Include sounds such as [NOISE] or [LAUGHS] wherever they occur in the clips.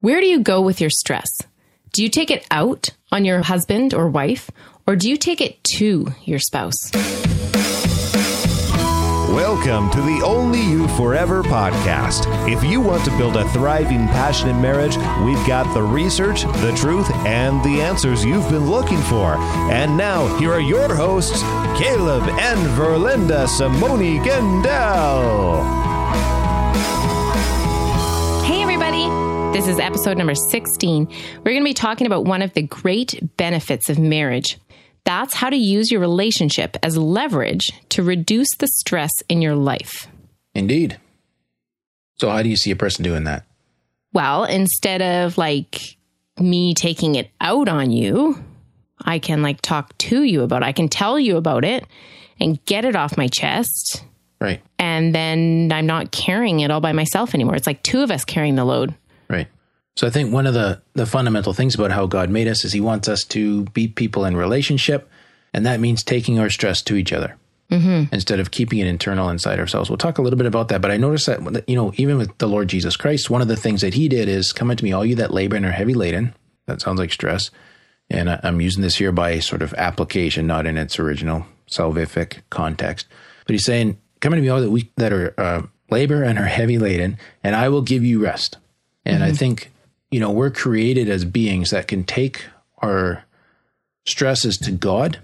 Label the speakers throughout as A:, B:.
A: Where do you go with your stress? Do you take it out on your husband or wife, or do you take it to your spouse?
B: Welcome to the Only You Forever podcast. If you want to build a thriving, passionate marriage, we've got the research, the truth, and the answers you've been looking for. And now, here are your hosts, Caleb and Verlinda Simone Gendel.
A: Hey, everybody. This is episode number 16. We're going to be talking about one of the great benefits of marriage. That's how to use your relationship as leverage to reduce the stress in your life.
C: Indeed. So, how do you see a person doing that?
A: Well, instead of like me taking it out on you, I can like talk to you about it. I can tell you about it and get it off my chest.
C: Right,
A: And then I'm not carrying it all by myself anymore. It's like two of us carrying the load.
C: right. So, I think one of the, the fundamental things about how God made us is He wants us to be people in relationship, and that means taking our stress to each other mm-hmm. instead of keeping it internal inside ourselves. We'll talk a little bit about that, but I noticed that, you know, even with the Lord Jesus Christ, one of the things that He did is come unto me, all you that labor and are heavy laden. That sounds like stress. And I, I'm using this here by sort of application, not in its original salvific context. But he's saying, "Come unto me, all that we that are uh, labor and are heavy laden, and I will give you rest." And
A: Mm-hmm.
C: I think you know we're created as beings that can take our stresses to God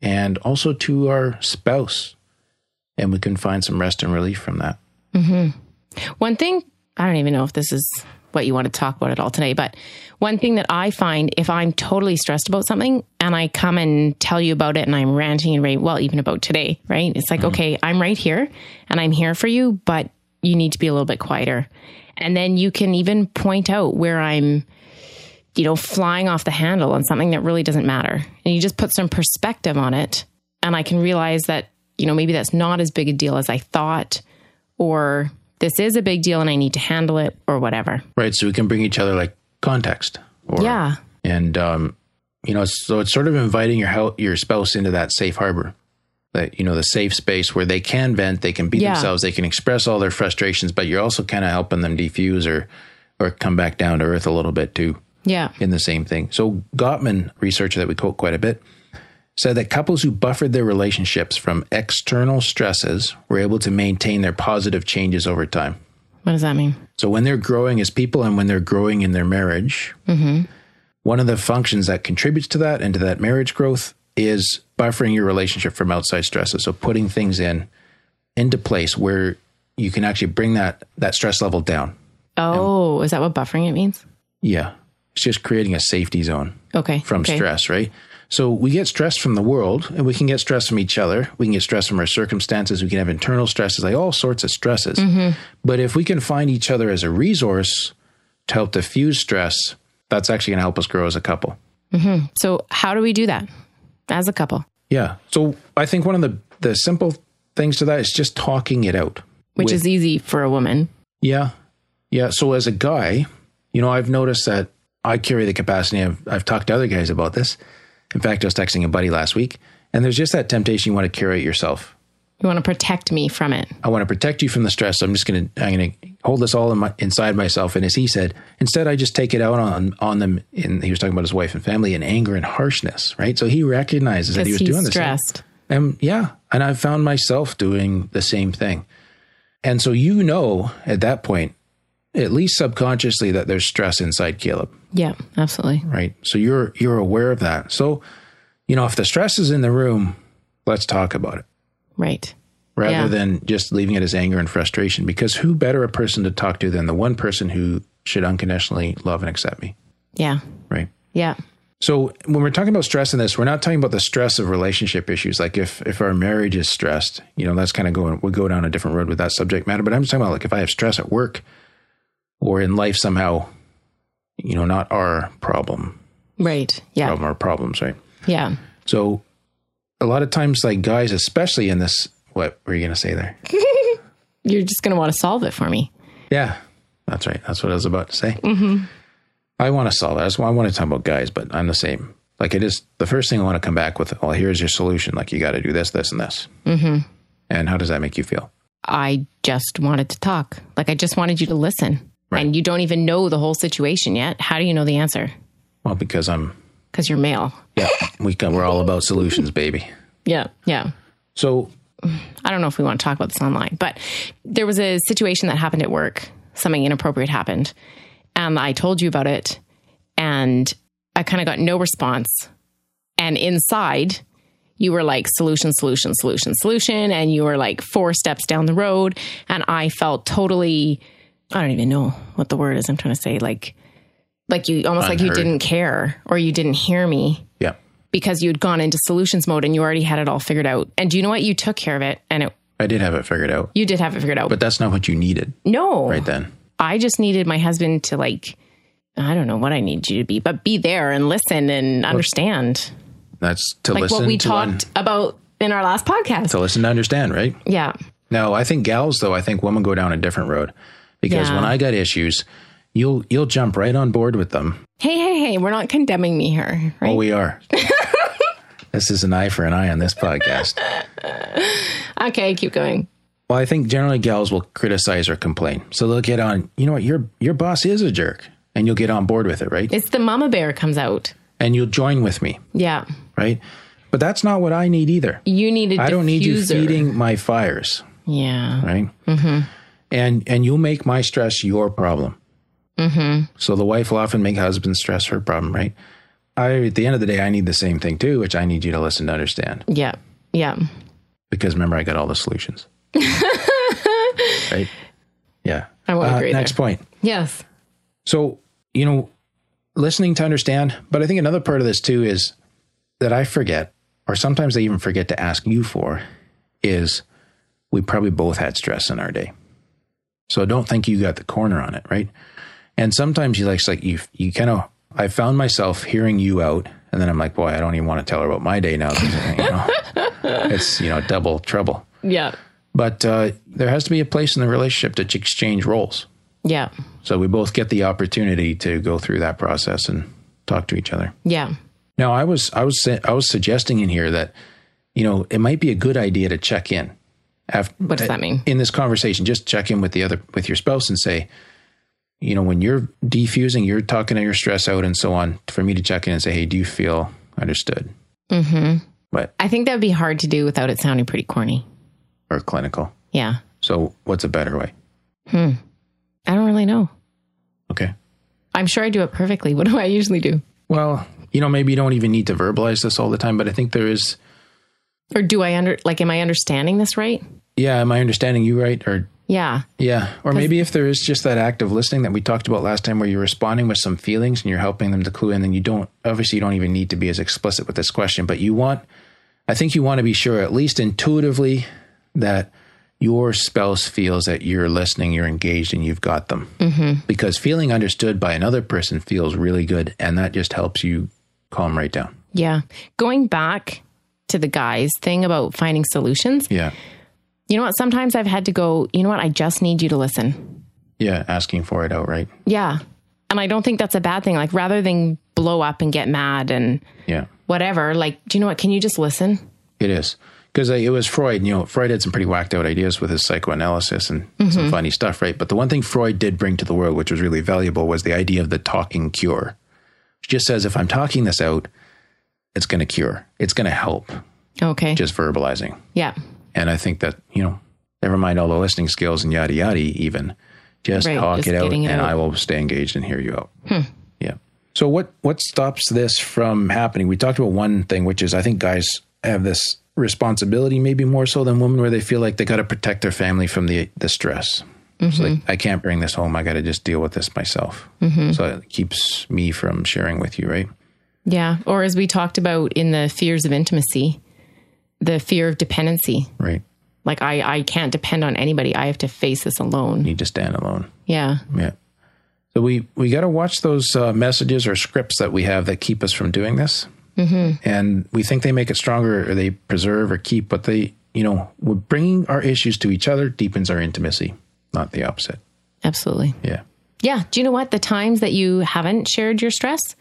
C: and also to our spouse, and we can find some rest and relief from that.
A: One thing, I don't even know if this is what you want to talk about at all today, but one thing that I find if I'm totally stressed about something and I come and tell you about it and I'm ranting and raving, well, even about today, right? It's like, okay, I'm right here and I'm here for you, but you need to be a little bit quieter. And then you can even point out where I'm, you know, flying off the handle on something that really doesn't matter. And you just put some perspective on it. And I can realize that, you know, maybe that's not as big a deal as I thought or this is a big deal and I need to handle it or whatever.
C: Right. So we can bring each other like context. Or,
A: Yeah.
C: And um, you know, so it's sort of inviting your hel- your spouse into that safe harbor, that you know, the safe space where they can vent, they can be
A: Yeah.
C: themselves, they can express all their frustrations, but you're also kind of helping them defuse or or come back down to earth a little bit too
A: Yeah.
C: in the same thing. So Gottman, researcher that we quote quite a bit, said that couples who buffered their relationships from external stresses were able to maintain their positive changes over time.
A: What does that mean?
C: So when they're growing as people and when they're growing in their marriage, one of the functions that contributes to that and to that marriage growth is buffering your relationship from outside stresses. So putting things in into place where you can actually bring that that stress level down.
A: Oh, is that what buffering it means?
C: Yeah. It's just creating a safety zone
A: Okay.
C: from
A: okay.
C: stress, right? So we get stress from the world and we can get stress from each other. We can get stress from our circumstances. We can have internal stresses, like all sorts of stresses.
A: Mm-hmm.
C: But if we can find each other as a resource to help diffuse stress, that's actually going to help us grow as a couple.
A: So, how do we do that as a couple?
C: Yeah. So I think one of the, the simple things to that is just talking it out.
A: Which is easy for a woman.
C: Yeah. Yeah. So as a guy, you know, I've noticed that I carry the capacity. I've, I've talked to other guys about this. In fact, I was texting a buddy last week, and there's just that temptation you want to carry it yourself.
A: You want to protect me from it.
C: I want to protect you from the stress. So I'm just going to, I'm going to hold this all in my, inside myself. And as he said, instead, I just take it out on, on them. And he was talking about his wife and family in anger and harshness, right? So he recognizes that he
A: Because
C: was
A: he's
C: doing this.
A: stressed.
C: And yeah, and I've found myself doing the same thing. And so you know at that point, at least subconsciously, that there's stress inside Caleb,
A: Yeah, absolutely.
C: right? So you're you're aware of that. So, you know, if the stress is in the room, let's talk about it
A: Right.
C: rather
A: Yeah.
C: than just leaving it as anger and frustration. Because who better a person to talk to than the one person who should unconditionally love and accept me,
A: Yeah.
C: right?
A: Yeah.
C: So when we're talking about stress in this, we're not talking about the stress of relationship issues. Like if if our marriage is stressed, you know, that's kind of going we go down a different road with that subject matter. But I'm just talking about like if I have stress at work or in life somehow, you know, not our problem,
A: Right. Yeah.
C: problem our problems, right?
A: Yeah.
C: So a lot of times, like guys, especially in this, what were you gonna say there?
A: You're just going to want to solve it for me.
C: Yeah, that's right. That's what I was about to say. Mm-hmm. I want to solve that. That's why I want to talk about guys, but I'm the same. Like it is the first thing I want to come back with. Well, here's your solution. Like you got to do this, this, and this. Mm-hmm. And how does that make you feel?
A: I just wanted to talk. Like, I just wanted you to listen. and you don't even know the whole situation yet, how do you know the answer?
C: Well, because I'm
A: Because you're male.
C: yeah, we can, we're all about solutions, baby.
A: Yeah. Yeah.
C: So
A: I don't know if we want to talk about this online, but there was a situation that happened at work. Something inappropriate happened. And I told you about it. And I kind of got no response. And inside, you were like, solution, solution, solution, solution. And you were like four steps down the road. And I felt totally, I don't even know what the word is I'm trying to say. Like, like you almost like you
C: Unheard.
A: didn't care or you didn't hear me
C: yeah,
A: because you'd gone into solutions mode and you already had it all figured out. And do you know what? You took care of it and it
C: I did have it figured out,
A: you did have it figured out.
C: but that's not what you needed
A: no,
C: right then.
A: I just needed my husband to like, I don't know what I need you to be, but be there and listen and understand
C: That's to
A: like
C: listen
A: what we
C: to un-
A: talked about in our last podcast.
C: to listen to understand, right?
A: Yeah.
C: No, I think gals though, I think women go down a different road because
A: Yeah.
C: when I got issues, you'll you'll jump right on board with them.
A: Hey, hey, hey, we're not condemning me here, right?
C: Oh, we [LAUGHS] are. this is an eye for an eye on this podcast.
A: okay, keep going.
C: Well, I think generally gals will criticize or complain. So they'll get on, you know what, your your boss is a jerk. And you'll get on board with it, right?
A: It's the mama bear comes out.
C: And you'll join with me,
A: Yeah.
C: right? But that's not what I need either.
A: You need a
C: I don't need you
A: diffuser.
C: feeding my fires,
A: Yeah.
C: right? Mm-hmm. And and you'll make my stress your problem. Mm-hmm. So the wife will often make husband stress her problem, right? I at the end of the day, I need the same thing too, which I need you to listen to understand.
A: Yeah. Yeah.
C: Because remember, I got all
A: [LAUGHS]
C: the solutions, right? Yeah, Uh,
A: I won't agree
C: Next
A: there.
C: point.
A: Yes.
C: So, you know, listening to understand, but I think another part of this too is that I forget, or sometimes I even forget to ask you for, is we probably both had stress in our day. So don't think you got the corner on it, right? And sometimes you like, it's like you, you kind of, I found myself hearing you out, and then I'm like, boy, I don't even want to tell her about my day now. 'cause,
A: [LAUGHS]
C: you know, it's you know double trouble.
A: Yeah.
C: But uh, there has to be a place in the relationship that you exchange roles.
A: Yeah.
C: So we both get the opportunity to go through that process and talk to each other.
A: Yeah.
C: Now, I was I was sa- I was suggesting in here that you know it might be a good idea to check in. After,
A: What does that mean?
C: In this conversation, just check in with the other with your spouse and say, you know, when you're defusing, you're talking to your stress out and so on. For me to check in and say, hey, do you feel understood? Mm-hmm. But
A: I think that would be hard to do without it sounding pretty corny.
C: or clinical.
A: Yeah.
C: So what's a better way?
A: I don't really know.
C: Okay.
A: I'm sure I do it perfectly. [LAUGHS] What do I usually do?
C: Well, you know, maybe you don't even need to verbalize this all the time, but I think there is
A: Or do I under like am I understanding this right?
C: Yeah, am I understanding you right? Or
A: Yeah.
C: yeah, or maybe if there is just that act of listening that we talked about last time, where you're responding with some feelings and you're helping them to clue in, then you don't obviously you don't even need to be as explicit with this question, but you want, I think you want to be sure at least intuitively that your spouse feels that you're listening, you're engaged, and you've got them. Mm-hmm. Because feeling understood by another person feels really good, and that just helps you calm right down.
A: Yeah. Going back to the guys thing about finding solutions.
C: Yeah,
A: You know what? Sometimes I've had to go, you know what? I just need you to listen.
C: yeah, asking for it outright.
A: Yeah. And I don't think that's a bad thing. Like rather than blow up and get mad and
C: Yeah.
A: whatever, like, do you know what? Can you just listen?
C: It is because it was Freud. You know, Freud had some pretty whacked out ideas with his psychoanalysis and some funny stuff, right? But the one thing Freud did bring to the world, which was really valuable, was the idea of the talking cure. Which just says if I'm talking this out, it's going to cure. It's going to help.
A: Okay.
C: Just verbalizing,
A: yeah.
C: and I think that you know, never mind all the listening skills and yada yada. Even just
A: Right,
C: talk
A: just
C: it out,
A: getting it
C: and
A: out. Hmm.
C: I will stay engaged and hear you out. Yeah. So what what stops this from happening? We talked about one thing, which is I think guys have this responsibility, maybe more so than women, where they feel like they got to protect their family from the the stress. It's
A: Mm-hmm.
C: like I can't bring this home. I got to just deal with this myself. So it keeps me from sharing with you, right?
A: Yeah. Or as we talked about in the fears of intimacy, the fear of dependency.
C: Right.
A: Like I, I can't depend on anybody. I have to face this alone.
C: Need to stand alone.
A: Yeah.
C: Yeah. So we we got to watch those uh, messages or scripts that we have that keep us from doing this, mm-hmm. and we think they make it stronger or they preserve or keep, but they you know we're bringing our issues to each other deepens our intimacy, not the opposite.
A: Absolutely.
C: Yeah.
A: Yeah. Do you know what? The times that you haven't shared your stress,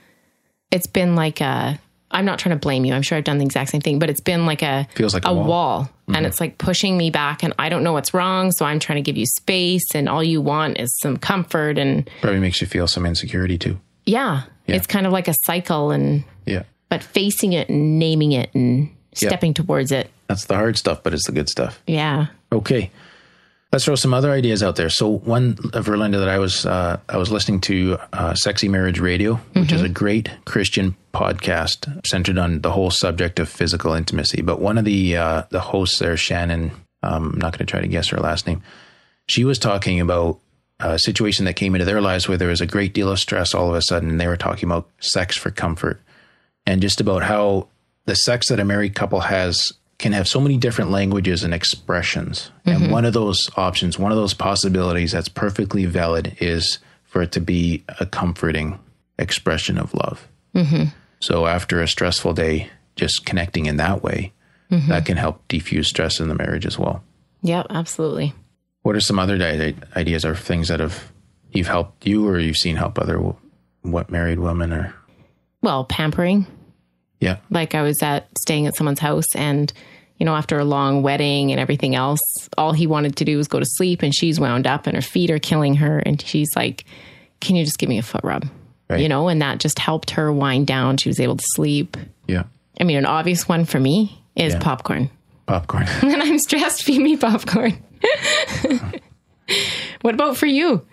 A: it's been like a, I'm not trying to blame you. I'm sure I've done the exact same thing, but it's been like a
C: Feels like a wall. Mm-hmm.
A: and it's like pushing me back and I don't know what's wrong, so I'm trying to give you space and all you want is some comfort and
C: Probably makes you feel some insecurity too.
A: yeah, it's kind of like a cycle and
C: Yeah.
A: but facing it and naming it and stepping towards it.
C: That's the hard stuff, but it's the good stuff.
A: Yeah.
C: Okay. Let's throw some other ideas out there. So one of Verlinda that I was uh, I was listening to uh, Sexy Marriage Radio, which is a great Christian podcast centered on the whole subject of physical intimacy. But one of the uh, the hosts there, Shannon, um, I'm not going to try to guess her last name. She was talking about a situation that came into their lives where there was a great deal of stress all of a sudden, and they were talking about sex for comfort and just about how the sex that a married couple has can have so many different languages and expressions. And one of those options, one of those possibilities that's perfectly valid is for it to be a comforting expression of love. So after a stressful day, just connecting in that way, that can help defuse stress in the marriage as well.
A: Yep, absolutely.
C: What are some other di- ideas or things that have you've helped you or you've seen help other w- what married women or
A: Well, pampering.
C: yeah
A: Like I was at staying at someone's house and you know, after a long wedding and everything else, all he wanted to do was go to sleep and she's wound up and her feet are killing her and she's like, "Can you just give me a foot rub?"
C: Right.
A: You know, and that just helped her wind down. She was able to sleep.
C: yeah
A: I mean, an obvious one for me is popcorn. [LAUGHS]
C: popcorn. [LAUGHS]
A: When I'm stressed, feed me popcorn. [LAUGHS] what about for you?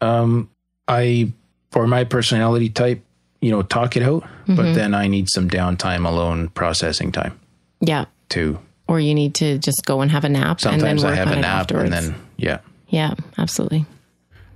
C: I for my personality type, you know, talk it out,
A: Mm-hmm.
C: but then I need some downtime alone processing time
A: Yeah.
C: too.
A: Or you need to just go and have a nap and
C: Sometimes
A: then
C: I
A: work
C: have
A: on
C: a
A: it
C: nap
A: afterwards.
C: and then yeah,
A: yeah, absolutely.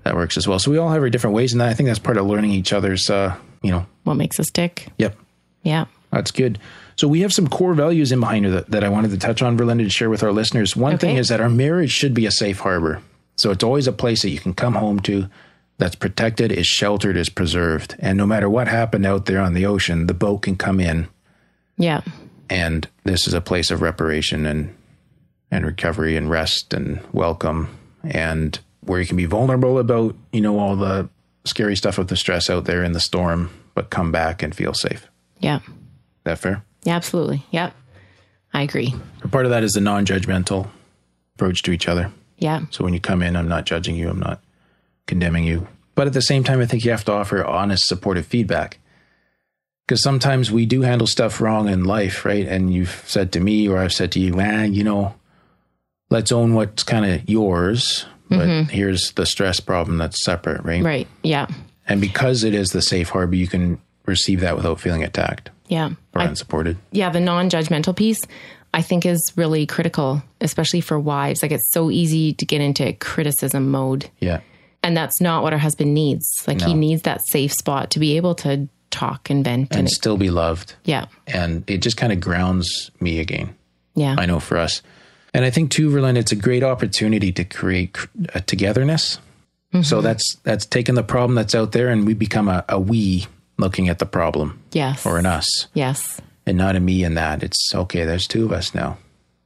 C: that works as well. So we all have our different ways and I think that's part of learning each other's uh, you know,
A: What makes us tick?
C: yep.
A: Yeah.
C: That's good. So we have some core values in behind her that, that I wanted to touch on, Verlinda, to share with our listeners. One thing
A: Okay.
C: is that our marriage should be a safe harbor. So it's always a place that you can come home to that's protected, is sheltered, is preserved. And no matter what happened out there on the ocean, the boat can come in
A: Yeah.
C: and this is a place of reparation and and recovery and rest and welcome and where you can be vulnerable about you know all the scary stuff of the stress out there in the storm but come back and feel safe
A: Yeah.
C: that fair
A: Yeah, absolutely. Yep. I agree.
C: part of that is the non-judgmental approach to each other
A: Yeah.
C: so when you come in i'm not judging you i'm not condemning you but at the same time i think you have to offer honest supportive feedback because sometimes we do handle stuff wrong in life, right? And you've said to me, or I've said to you, ah, you know, let's own what's kind of yours, but here's the stress problem that's separate, right?
A: Right. Yeah.
C: And because it is the safe harbor, you can receive that without feeling attacked
A: Yeah.
C: or
A: I-
C: unsupported.
A: yeah, the non judgmental piece, I think is really critical, especially for wives. Like it's so easy to get into criticism mode.
C: Yeah.
A: And that's not what our husband needs. Like he needs that safe spot to be able to talk and vent. And,
C: And still be loved.
A: yeah.
C: And it just kind of grounds me again.
A: Yeah.
C: I know for us. And I think too, Verlin, it's a great opportunity to create cr- a togetherness. So that's that's taking the problem that's out there, and we become a, a we looking at the problem
A: Yes.
C: or an us,
A: Yes.
C: and not a me in that. It's okay. There's two of us now.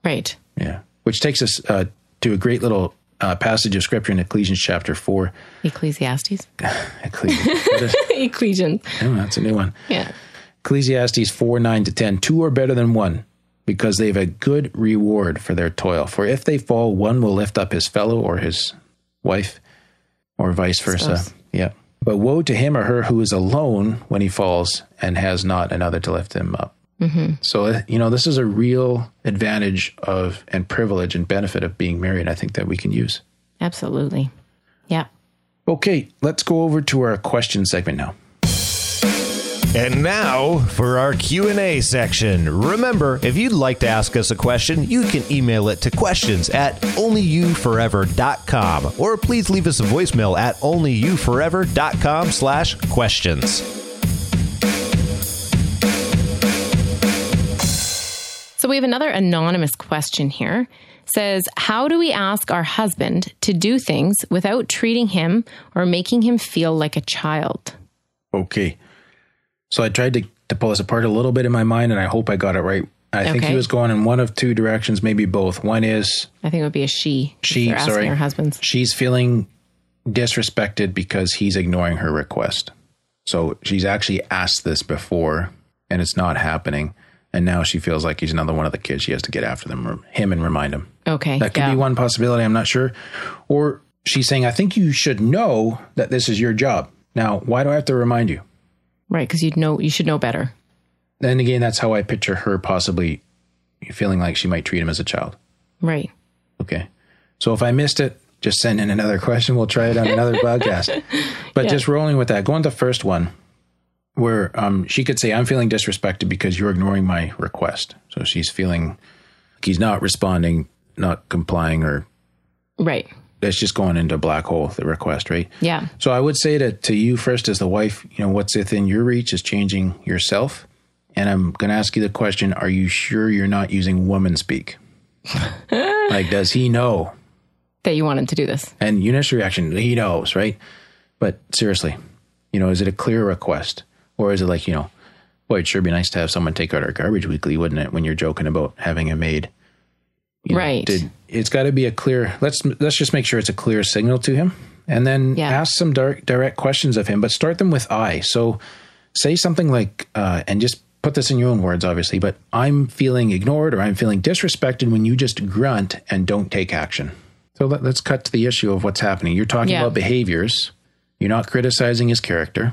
A: Right.
C: Yeah, which takes us uh, to a great little uh, passage of scripture in Ecclesiastes chapter four.
A: Ecclesiastes.
C: Ecclesiastes, what is-
A: Ecclesians.
C: oh, that's a new one.
A: Yeah.
C: Ecclesiastes 4 9 to 10. Two are better than one, because they have a good reward for their toil. For if they fall, one will lift up his fellow or his wife, or vice versa.
A: Spouse.
C: Yeah. But woe to him or her who is alone when he falls and has not another to lift him up. Mm-hmm. So, uh, you know, this is a real advantage of and privilege and benefit of being married, I think, that we can use.
A: Absolutely. Yeah.
C: Okay, let's go over to our question segment now.
B: And now for our Q&A section. Remember, if you'd like to ask us a question, you can email it to questions at onlyyouforever.com or please leave us a voicemail at onlyyouforever.com slash questions.
A: So we have another anonymous question here. It Says, how do we ask our husband to do things without treating him or making him feel like a child?
C: Okay. So I tried to, to pull this apart a little bit in my mind, and I hope I got it right. I think he
A: Okay.
C: was going in one of two directions, maybe both. One is
A: I think it would be a she. if
C: she,
A: they're asking
C: sorry,
A: her husband's.
C: She's feeling disrespected because he's ignoring her request. So she's actually asked this before, and it's not happening. And now she feels like he's another one of the kids. She has to get after them, or him, and remind him.
A: Okay.
C: That could
A: yeah.
C: be one possibility. I'm not sure. Or she's saying, I think you should know that this is your job. Now, why do I have to remind you?
A: Right. Because you'd know, you should know better.
C: Then again, that's how I picture her possibly feeling like she might treat him as a child.
A: Right.
C: Okay. So if I missed it, just send in another question. We'll try it on another podcast. But just rolling with that, go on the first one where um, she could say, I'm feeling disrespected because you're ignoring my request. So she's feeling like he's not responding, not complying, or
A: Right.
C: that's just going into a black hole, the request, right?
A: Yeah.
C: So I would say to, to you first as the wife, you know, what's within your reach is changing yourself. And I'm going to ask you the question, are you sure you're not using woman speak? like, does he know?
A: That you want him to do this.
C: And your initial reaction, he knows, right? But seriously, you know, is it a clear request? Or is it like, you know, boy, it'd sure be nice to have someone take out our garbage weekly, wouldn't it? When you're joking about having a maid. You know,
A: Right.
C: did- it's got to be a clear, let's, let's just make sure it's a clear signal to him. And then
A: Yeah.
C: ask some direct, direct questions of him, but start them with I. So say something like, uh, and just put this in your own words, obviously, but I'm feeling ignored or I'm feeling disrespected when you just grunt and don't take action. So let, let's cut to the issue of what's happening. You're talking
A: Yeah.
C: about behaviors. You're not criticizing his character.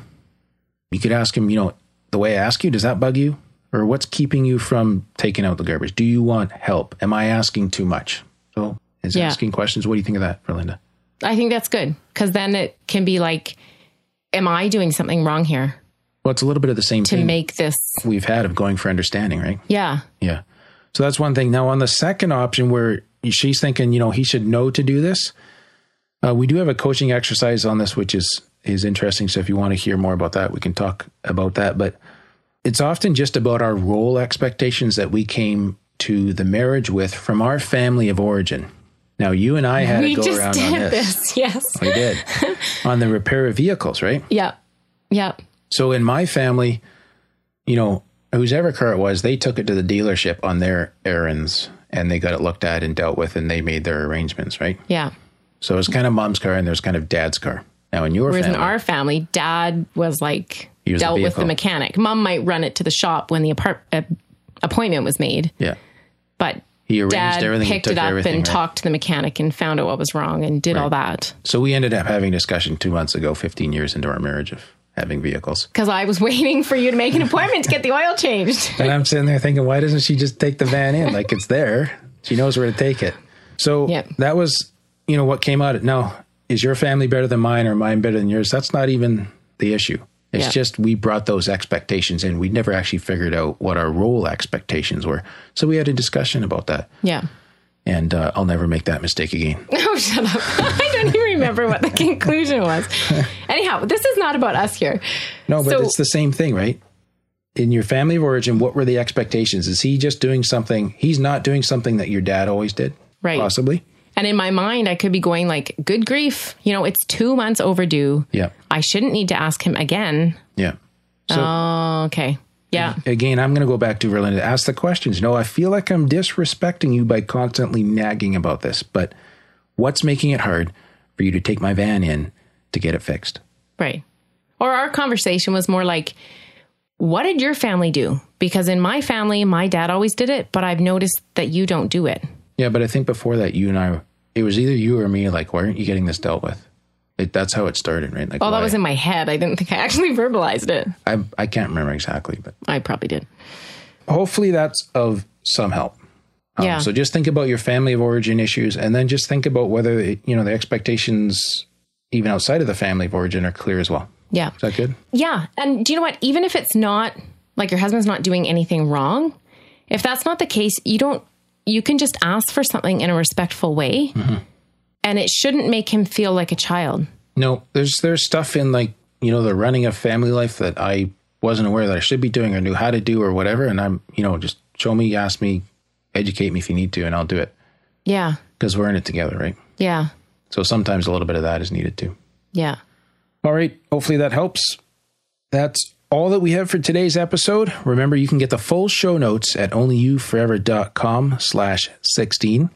C: You could ask him, you know, the way I ask you, does that bug you? Or what's keeping you from taking out the garbage? Do you want help? Am I asking too much? So is
A: Yeah.
C: asking questions. What do you think of that, Verlinda?
A: I think that's good because then it can be like, am I doing something wrong here
C: Well, it's a little bit of the same
A: to
C: thing
A: make this?
C: we've had of going for understanding, right?
A: Yeah.
C: Yeah. So that's one thing. Now, on the second option where she's thinking, you know, he should know to do this, uh, we do have a coaching exercise on this, which is is interesting. So if you want to hear more about that, we can talk about that. But it's often just about our role expectations that we came to the marriage with from our family of origin. Now, you and I had
A: We
C: to go
A: just
C: around on
A: did
C: this.
A: this. [LAUGHS] Yes.
C: We did on the repair of vehicles, right?
A: Yeah. Yeah.
C: So in my family, you know, whosever car it was, they took it to the dealership on their errands and they got it looked at and dealt with and they made their arrangements, right?
A: Yeah.
C: So it's kind of mom's car and there's kind of dad's car. Now in your
A: Whereas
C: family,
A: in our family, dad was like
C: He was the
A: dealt with the
C: vehicle.
A: mechanic. Mom might run it to the shop when the apart- uh, appointment was made,
C: yeah,
A: but
C: he arranged
A: dad
C: everything, he
A: picked
C: took
A: it up and
C: everything. right?
A: talked to the mechanic and found out what was wrong and did all that.
C: So we ended up having a discussion two months ago, 15 years into our marriage of having vehicles.
A: Because I was [LAUGHS] waiting for you to make an appointment to get the oil
C: [LAUGHS]
A: changed.
C: And I'm sitting there thinking, why doesn't she just take the van in? Like it's there. She knows where to take it. So
A: Yep.
C: that was, you know, what came out. No, is your family better than mine or mine better than yours? That's not even the issue. It's
A: Yeah.
C: just we brought those expectations in. We never actually figured out what our role expectations were. So we had a discussion about that.
A: Yeah.
C: And uh, I'll never make that mistake again.
A: Oh, shut up. [LAUGHS] I don't even remember what the conclusion
C: [LAUGHS]
A: was. Anyhow, this is not about us here.
C: No, but
A: So-
C: it's the same thing, right? In your family of origin, what were the expectations? Is he just doing something? He's not doing something that your dad always did,
A: Right.
C: Possibly.
A: And in my mind, I could be going like, good grief. You know, it's two months overdue.
C: Yeah.
A: I shouldn't need to ask him again.
C: Yeah. So
A: Oh. Okay. Yeah.
C: again, I'm going to go back to Verlinda. Ask the questions. No, I feel like I'm disrespecting you by constantly nagging about this, but what's making it hard for you to take my van in to get it fixed?
A: Right. Or our conversation was more like, what did your family do? Because in my family, my dad always did it, but I've noticed that you don't do it.
C: Yeah, but I think before that, you and I, it was either you or me. Like, why aren't you getting this dealt with? It, that's how it started, right? Like,
A: Well, that
C: why-
A: was in my head. I didn't think I [LAUGHS] actually verbalized it.
C: I, I can't remember exactly, but
A: I probably did.
C: hopefully that's of some help. Um,
A: yeah.
C: So just think about your family of origin issues, and then just think about whether it, you know the expectations, even outside of the family of origin, are clear as well.
A: yeah.
C: Is that good?
A: Yeah. And do you know what? Even if it's not like your husband's not doing anything wrong, if that's not the case, you don't, you can just ask for something in a respectful way. And it shouldn't make him feel like a child.
C: No, there's there's stuff in like you know the running of family life that I wasn't aware that I should be doing or knew how to do or whatever, and I'm you know just show me, ask me, educate me if you need to, and I'll do it
A: Yeah.
C: because we're in it together, right?
A: Yeah.
C: So sometimes a little bit of that is needed too.
A: Yeah.
C: All right. Hopefully that helps. That's all that we have for today's episode. Remember, you can get the full show notes at onlyyouforever.com slash 16.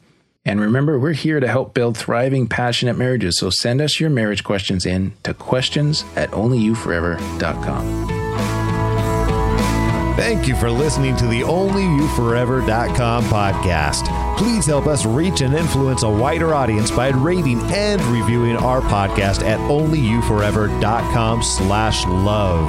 C: And remember, we're here to help build thriving, passionate marriages. So send us your marriage questions in to questions at onlyyouforever.com.
B: Thank you for listening to the OnlyYouForever.com podcast. Please help us reach and influence a wider audience by rating and reviewing our podcast at OnlyYouForever.com slash love.